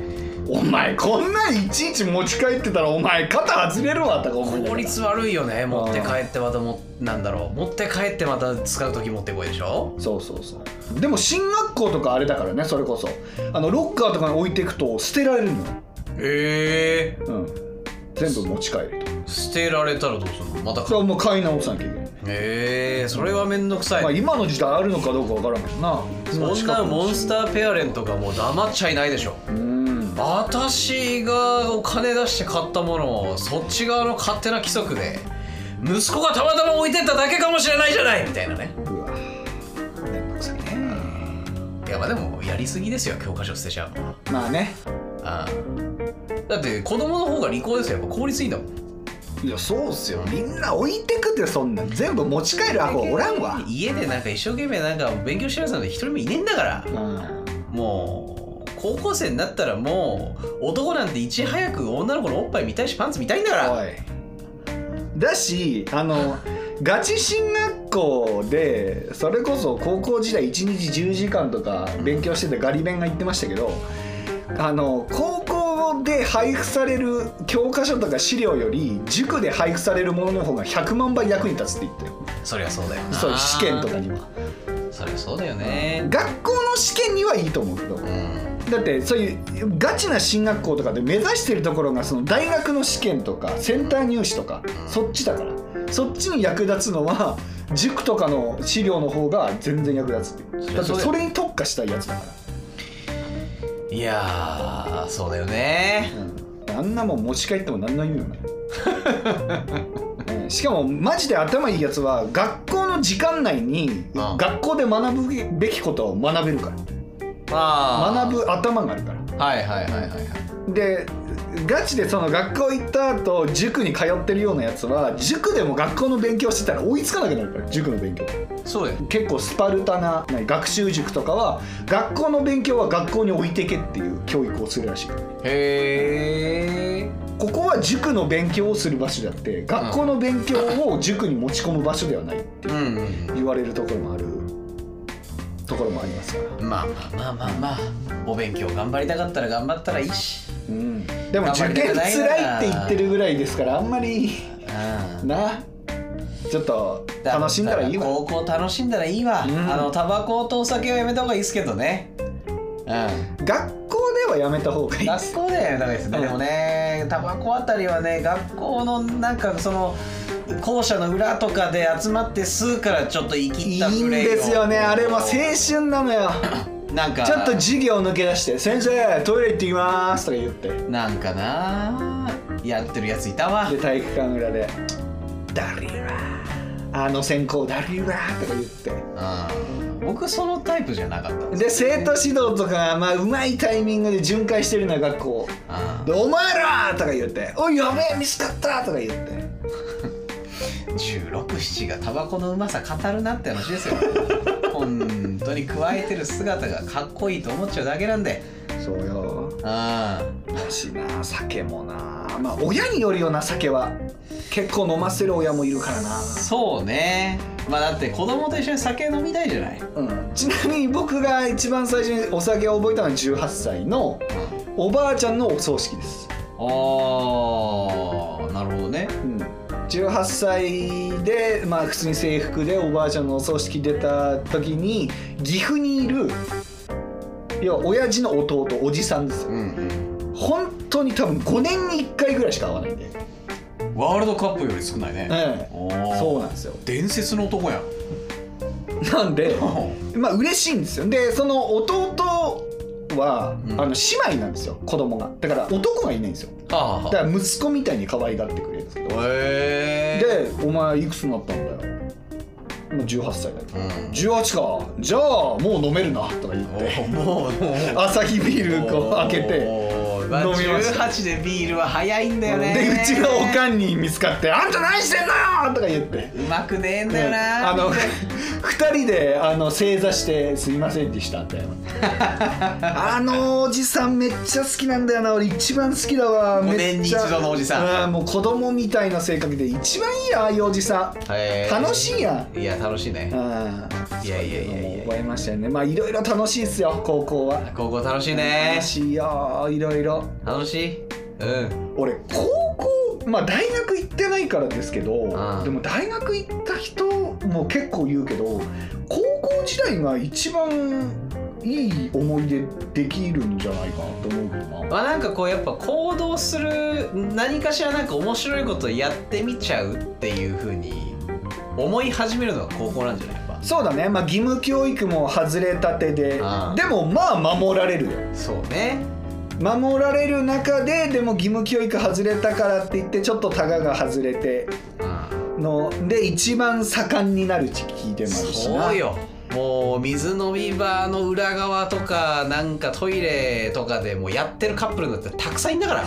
お前こんなんいちいち持ち帰ってたらお前肩外れるわとか思いな
効
がら
率悪いよね持って帰ってまたもなんだろう持って帰ってまた使う時持ってこいでしょ
そうそうそうでも進学校とかあれだからねそれこそあのロッカーとかに置いていくと捨てられるのよ、
ええ
うん、全部持ち帰ると
捨てられたらどうするのまた
それ
か
はもう買い直さなきゃいけない、
ええそれはめんどくさい、
まあ、今の時代あるのかどうかわからんけどな
そんなモンス
タ
ターペアレントがもう黙っちゃいないでしょ
ーうん
私がお金出して買ったものをそっち側の勝手な規則で息子がたまたま置いてっただけかもしれないじゃないみたいなね
うわめんどくさいね
いやまあでもやりすぎですよ教科書捨てちゃうのは
まあね
ああだって子供の方が利口ですよやっぱ効率いいんだもん
いやそうっすよみんな置いてくってそんなん全部持ち帰るアホおらんわ
家でなんか一生懸命なんか勉強してるやつなんて一人もいねえんだから
うん
もう高校生になったらもう男なんていち早く女の子のおっぱい見たいしパンツ見たいんだから
おいだしあのガチ進学校でそれこそ高校時代1日10時間とか勉強しててガリ勉が言ってましたけどあの高校で配布される教科書とか資料より塾で配布されるものの方が100万倍役に立つって言ったよ
そりゃそうだよな
そういう試験とかには
そりゃそうだよね
学校の試験にはいいと思うけど
うん
だってそういうガチな進学校とかで目指してるところがその大学の試験とかセンター入試とかそっちだからそっちに役立つのは塾とかの資料の方が全然役立つっていうだってそれに特化したいやつだか
いやーそうだよね
ら、うん、あんなもん持ち帰っても何の意味もないうんしかもマジで頭いいやつは学校の時間内に
うん
学校で学ぶべきことを学べるから
ああ
学ぶ頭があるから
はいはいはいはいはい
でガチでその学校行った後塾に通ってるようなやつは塾でも学校の勉強してたら追いつかなくなるから塾の勉強
そうだよ
結構スパルタな何学習塾とかは学校の勉強は学校に置いてけっていう教育をするらしい
へえ
ここは塾の勉強をする場所であって学校の勉強を塾に持ち込む場所ではないって
うんうん
言われるところもあるところもありますから、
うんまあまあまあまあまあお勉強頑張りたかったら頑張ったらいいし
うん、でも
頑張
受
りた
験
く
つら
ないいな
って言ってるぐらいですからあんまり
うん
なちょっと
だ
楽しんだらいいわ
高校楽しんだらいいわ、
うん
あのタバコとお酒はやめた方がいいですけどねうん
学校ではやめた方がいいです
学校ではやめた方がいいですねでもねタバコあたりはね学校のなんかその校舎の裏とかで集まって吸うからちょっと生き
い
った
いん
プレイを
ですよねあれも青春 なのよ
なんか
ちょっと授業抜け出して「先生トイレ行ってきます」とか言って
なんかなやってるやついたわ
で体育館裏で「ダリラーあの専攻ダリラー」とか言って。
うん僕そのタイプじゃなかったんです
で生徒指導とか、まあ、うまいタイミングで巡回してるのよ学校
あ
で「お前ら!」とか言って「おいやべえ見つかった!」とか言って
167がタバコのうまさ語るなって話 ですよ本当に加えてる姿がかっこいいと思っちゃうだけなんで
そうよ
あ
だしな酒もなまあ親によるよな酒は結構飲ませる親もいるからな
そうねまあだって子供と一緒に酒飲みたいじゃない
うん、ちなみに僕が一番最初にお酒を覚えたのは18歳のおばあちゃんのお葬式です、
ああなるほどね
うん、18歳で、まあ、普通に制服でおばあちゃんのお葬式出た時に岐阜にいる要は親父の弟おじさんですよ
うん
本当に多分5年に1回ぐらいしか会わないんで、
ワールドカップより少ないね
ええ
おー
そうなんですよ
伝説の男や ん
なんでまあ嬉しいんですよでその弟は、
うん
あの姉妹なんですよ子供がだから男がいないんですよ
はあは
だから息子みたいに可愛がってくれるんですけど
あへえ
で「お前いくつになったんだよ」もう18歳だよ「
うん
18かじゃあもう飲めるな」とか言っ
お
て
ーもうもう
朝日ビールこう開けて
おーまあ
飲みました
18でビールは早いんだよね
でうちのおかんに見つかって「あんた何してんのよ!」とか言って。
うまくねえんだよな
あの2人であの正座して「すいません」でしたって謝ってあのおじさんめっちゃ好きなんだよな俺一番好きだわ
五年に一度のおじさん
うんもう子供みたいな性格で一番いいやああいうおじさん
へー
楽しいやん
いや楽しいね
うん
いやいやいやいや
もう覚えましたよねまあいろいろ楽しいっすよ高校は、
高校楽しいね
楽しいよいろいろ
楽しいうん
俺高校まあ大学行ってないからですけど
ん
でも大学行った人も結構言うけど高校時代が一番いい思い出できるんじゃないかなと思うけどな
まあなんかこうやっぱ行動する何かしらなんか面白いことやってみちゃうっていうふうに思い始めるのが高校なんじゃないやっぱ
そうだねまあ義務教育も外れたてで
うん
でもまあ守られるよ
そうね
守られる中ででも義務教育外れたからって言ってちょっとタガが外れて
うん
ので一番盛んになる時期でもあるしな
そうよもう水飲み場の裏側とかなんかトイレとかでもうやってるカップルなんてたくさんいんだから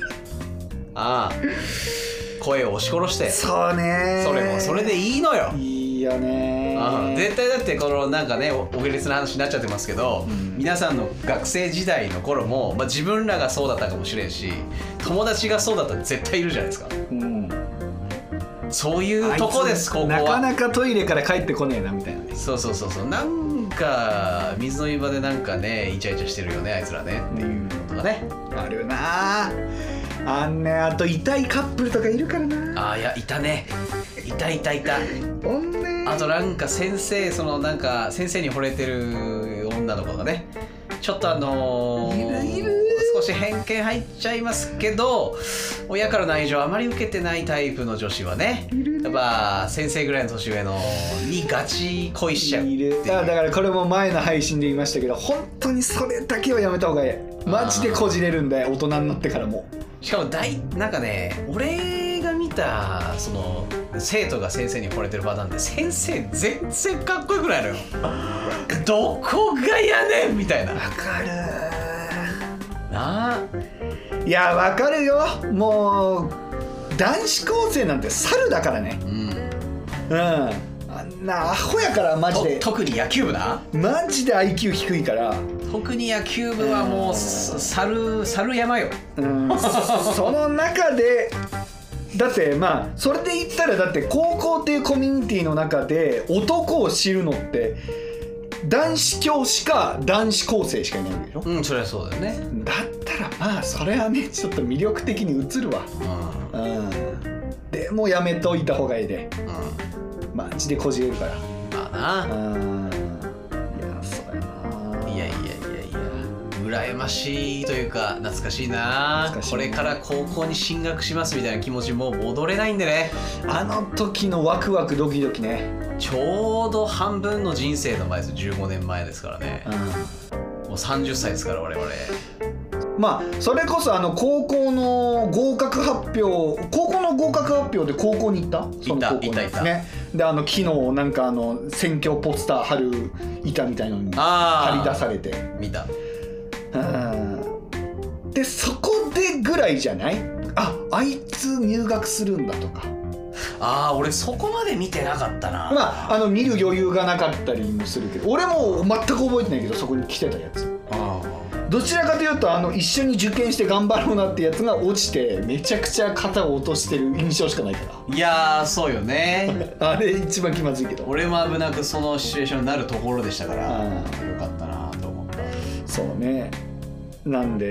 ああ声を押し殺して
そうね
それもそれでいいのよ
いいよね
うん絶対だってこのなんかねお下劣な話になっちゃってますけど、
うん
皆さんの学生時代の頃も、まあ、自分らがそうだったかもしれんし友達がそうだったら絶対いるじゃないですか
うん
そういうとこです
あい
高
つ
校
なか
は
なかトイレから帰ってこねえなみたいなね
そうそうそうそうなんか水飲み場でなんかねイチャイチャしてるよねあいつらね
っていう
とかね
あるなあんねあと痛いカップルとかいるからな
ああいやいたねいたいたいた
おんね
あとなんか先生そのなんか先生に惚れてる女の子がねちょっとあのー
いるいる
少し偏見入っちゃいますけど親からの愛情あまり受けてないタイプの女子はねやっぱ先生ぐらいの年上のにガチ恋しちゃうって
い
い
る
う
あだからこれも前の配信で言いましたけど本当にそれだけはやめた方がいいマジでこじれるんで大人になってからも
しかも大なんかね俺が見たその生徒が先生に惚れてるパターンで先生全然かっこよくないのよどこがやねんみたいなな
か
あ
るいやわかるよもう男子高生なんて猿だからね
うん
うんあんなアホやからマジ
と
で
特に野球部な
マジで IQ 低いから
特に野球部はもうす猿猿山よ
うんその中でだってまあそれで言ったらだって高校っていうコミュニティの中で男を知るのって男子教師か男子高生しかいないわけでしょ
うんそりゃそうだよね
だったらまあそれはねちょっと魅力的に映るわ
うん
うんでもやめといた方がいいで
うん
マジでこじれるから
まあな
うんいやそうやない
いやいやいやいや羨ましいというか懐かしいな
懐かしい
これから高校に進学しますみたいな気持ちもう戻れないんでね
あの時のワクワクドキドキね
ちょうど半分の人生の前です15年前ですからね
うん
もう30歳ですから我々
まあそれこそあの高校の合格発表高校の合格発表で高校に行ったその高校に
行った行った
ねであの昨日なんかあの選挙ポスター貼る板みたいのに貼
あ
り出されて
見た
うんでそこでぐらいじゃないああいつ入学するんだとか
あー俺そこまで見てなかったな、
まああの見る余裕がなかったりもするけど俺も全く覚えてないけどそこに来てたやつ
あ
どちらかというとあの一緒に受験して頑張ろうなってやつが落ちてめちゃくちゃ肩を落としてる印象しかないか
ーいやーそうよ ね
らあれ一番気まずいけど
俺も危なくそのシチュエーションになるところでしたからよ
あ
かったなと思った
そうねなんで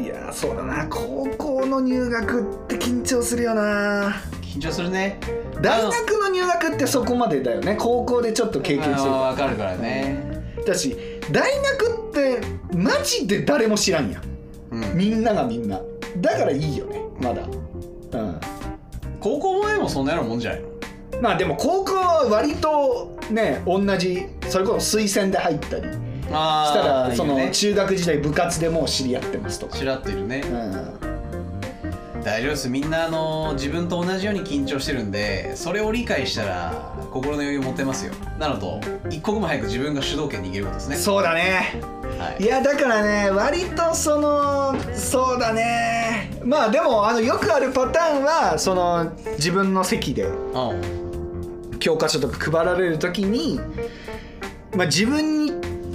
いやそうだな高校の入学って緊張するよな
緊張するね
大学の入学ってそこまでだよね高校でちょっと経験してる
あ
か
ーわかるからね
らだし大学ってマジで誰も知らんやん
うん
みんながみんなだからいいよねまだうん
高校前もそんなようなもんじゃないの
まあでも高校は割とね同じそれこそ推薦で入ったりし
あ
たら
ー
そ
いいよ
の
ね
中学時代部活でもう知り合ってますとか
ちらっといるね
うん
大丈夫ですみんなあの自分と同じように緊張してるんでそれを理解したら心の余裕持てますよなのと一刻も早く自分が主導権握ることですね
そうだね
はい
いやだからね割とそのそうだねまあでもあのよくあるパターンはその自分の席で
うん
教科書とか配られる時に、まあ、自分に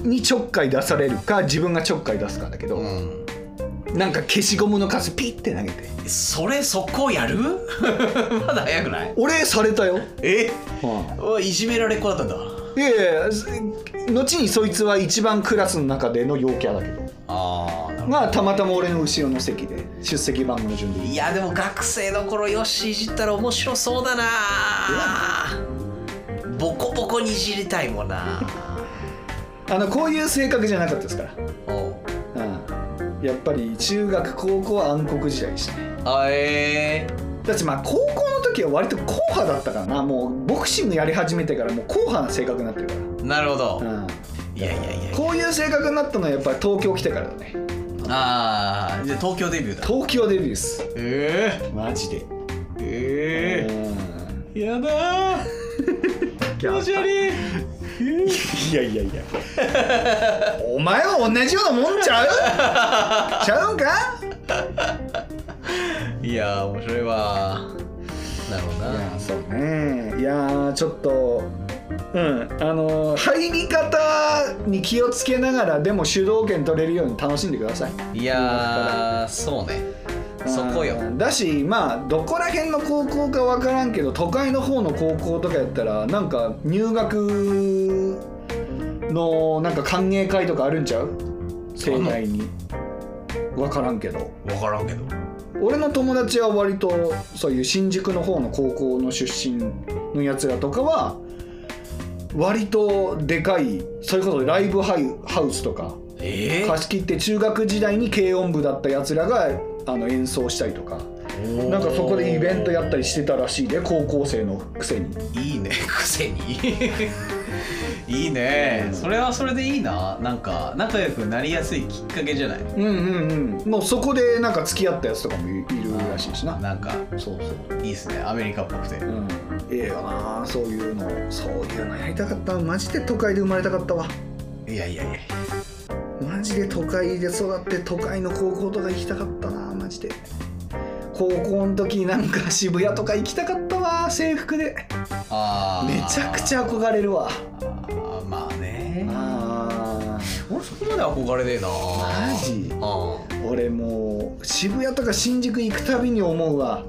にちょっかい出されるか自分がちょっかい出すかだけど、
うん
なんか消しゴムの数ピッて投げて
それそこやる まだ早くない
俺されたよ、
え
うん
おいいじめられっ子だったんだ
いやいやす後にそいつは一番クラスの中での陽キャだけど
ああなるほど
まあたまたま俺の後ろの席で出席番号の順で
いやでも学生の頃よしいじったら面白そうだなボコボコにいじりたいもんな
あのこういう性格じゃなかったですから、
おう
うん、やっぱり中学高校は暗黒時代でしたね
あえー
だってまあ高校の時は割と硬派だったからなもうボクシングやり始めてからもう硬派な性格になってるか
なるほど、
ら、うん、
いやいやいや
こういう性格になったのはやっぱり東京来てからだね
ああじゃあ東京デビューだ
東京デビューっす
ええ
マジで
え
うん
えやだー気持ち悪い
いやいやいやお前は同じようなもんちゃう ちゃうんか
いやー面白いわーなるほど
い
な
やそうねいやーちょっとうんあのー入り方に気をつけながらでも主導権取れるように楽しんでください
いやーそうねそこよ
うんだしまあどこら辺の高校か分からんけど都会の方の高校とかやったらなんか入学のなんか歓迎会とかあるんちゃ
あ
う
ん
盛
の
大に分からんけど
分からんけど
俺の友達は割とそういう新宿の方の高校の出身のやつらとかは割とでかいそれこそライブハウハウスとか
ええ
貸し切って中学時代に軽音部だったやつらがあの演奏したりとかなんかそこで イベントやったりしてたらしいで高校生のくせに
いいねくせにいいねそれはそれでいいななんか仲良くなりやすいきっかけじゃない
うんうんうんもうそこでなんか付き合ったやつとかもいいるらしいしな
なんか
そうそう
いいっすねアメリカっぽくて
うんええよなそういうのそういうのやりたかったマジで都会で生まれたかったわ
いやいやいや
マジで都会で育って都会の高校とか行きたかったなマジで高校の時なんか渋谷とか行きたかったわ制服で
あー
めちゃくちゃ憧れるわ
あーまあね
あ
俺そこまで憧れねえな
マジ
う
俺もう渋谷とか新宿行くたびに思うわ
ん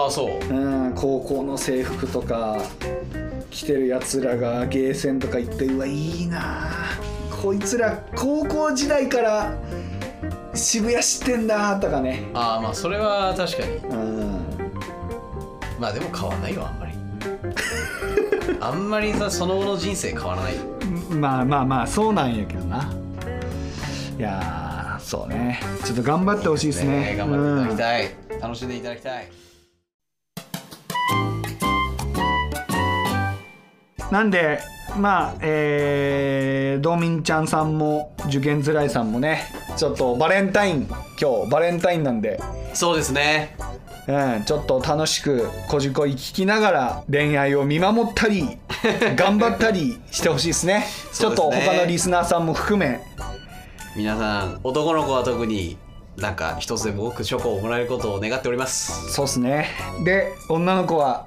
あそう
うん高校の制服とか着てるやつらがゲーセンとか行ってうわいいなあこいつら高校時代から渋谷知ってんだとかね
ああまあそれは確かに
うん
まあでも変わんないよあ んまりあんまりさその後の人生変わらない
まあまあまあそうなんやけどないやーそうねちょっと頑張ってほしいですね
頑張っていただきたい、楽しんでいただきたい
うんなんでまあえー、ドーミンちゃんさんも受験づらいさんもねちょっとバレンタイン今日バレンタインなんで、
そうですね
うん、ちょっと楽しく「こじこい」聞きながら恋愛を見守ったり頑張ったりしてほしいですねち
そ
ょ
う
っ
です
と
ね
他のリスナーさんも含め
皆さん男の子は特になんか一つでも多くチョコをもらえることを願っております
そうっすねで女の子は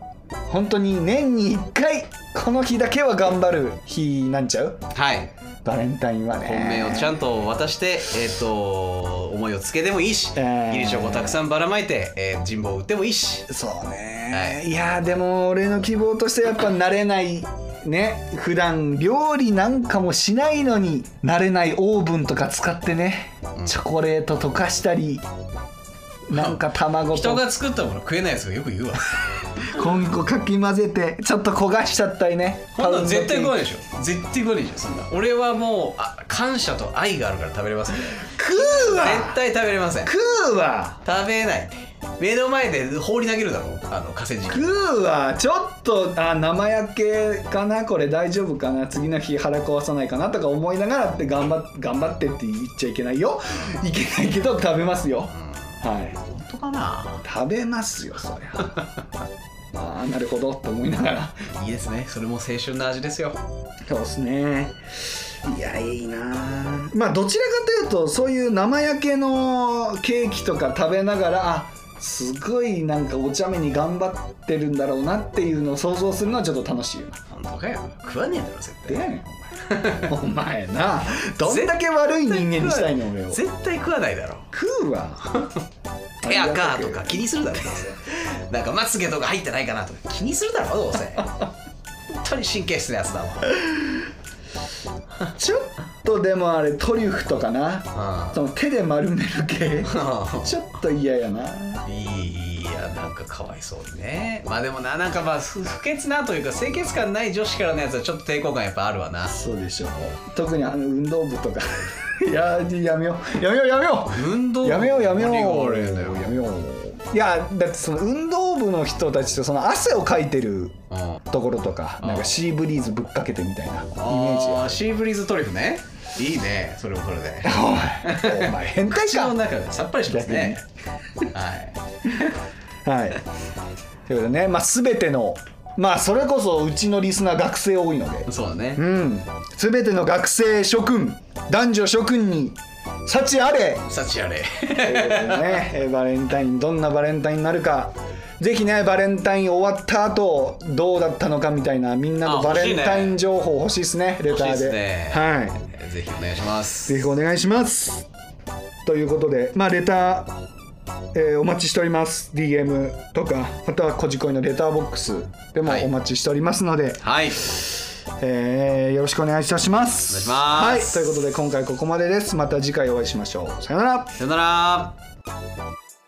本当に年に1回この日だけは頑張る日なんちゃう
はい
バレンタインはね
本命をちゃんと渡してえっ、と思いをつけてもいいし、
えー
ギリチョコたくさんばらまいて、えー、人望を売ってもいいし
そうね、、
はい
やーでも俺の希望としてやっぱ慣れないね普段料理なんかもしないのに慣れないオーブンとか使ってね、
うん
チョコレート溶かしたりなんか卵
人
と
が作ったもの食えないやつがよく言うわ
小麦粉かき混ぜてちょっと焦がしちゃったりね
こんなん絶対食わない
い
でしょ絶対食わないでしょそんな俺はもうあ感謝と愛があるから食べれますんで
食うわ
絶対食べれません
食うわ
食べない目の前で放り投げるだろあの河川敷
食うわちょっとあ生焼けかなこれ大丈夫かな次の日腹壊さないかなとか思いながらって頑張っ頑張ってって言っちゃいけないよいけないけど食べますよはい
本当かな
食べますよそりゃ ああなるほどと思いながら
いいですねそれも青春の味ですよ
そうですねいやいいなあまあどちらかというとそういう生焼けのケーキとか食べながらあすごいなんかお茶目に頑張ってるんだろうなっていうのを想像するのはちょっと楽しいよな
本当かよ食わねえだろ絶対
でやねん お前お前などんだけ悪い人間にしたいの俺を食
絶対食わないだろ
うわ
手やかとか気にす るだろどうせなんかまつげとか入ってないかなとか気にするだろどうせ本当に神経質なやつだ
ちょっとでもあれトリュフとかな
わ
その手で丸める系
うん
ちょっと嫌やない
やなんかかわいそうにねまあでもななんかまあ不不潔なというか清潔感ない女子からのやつはちょっと抵抗感やっぱあるわな
そうでしょう特にあの運動部とか いややめようやめようやめよ
運動
うやめようやめよう
何が悪いんだよ
やめよういやだってその運動部の人たちとその汗をかいてる
うん
ところとかなんかシーブリーズぶっかけてみたいなイメージや
あーシーブリーズトリュフねいいねそれもそれで
お前お前変態
口の
か
中がさっぱりしますねはい
はいということでね、まあ、全てのまあそれこそうちのリスナー学生多いので
そうだね
うん全ての学生諸君男女諸君に幸あれ
幸あれ
ということでね えーバレンタインどんなバレンタインになるかぜひねバレンタイン終わった後どうだったのかみたいなみんなの
あ
バ
欲し
レ
いね
ンタイン情報欲しいですねレター
欲しい
で
っすね
はい
ぜひお願いします
ぜひお願いします。ということで、まあ、レター、えーお待ちしております。DM とか、またはこじこいのレターボックスでも
はい
お待ちしておりますので、
はいさ
えーよろしくお願いいたします。
お願いします
はい、ということで、今回ここまでです。また次回お会いしましょう。さよなら。
よなら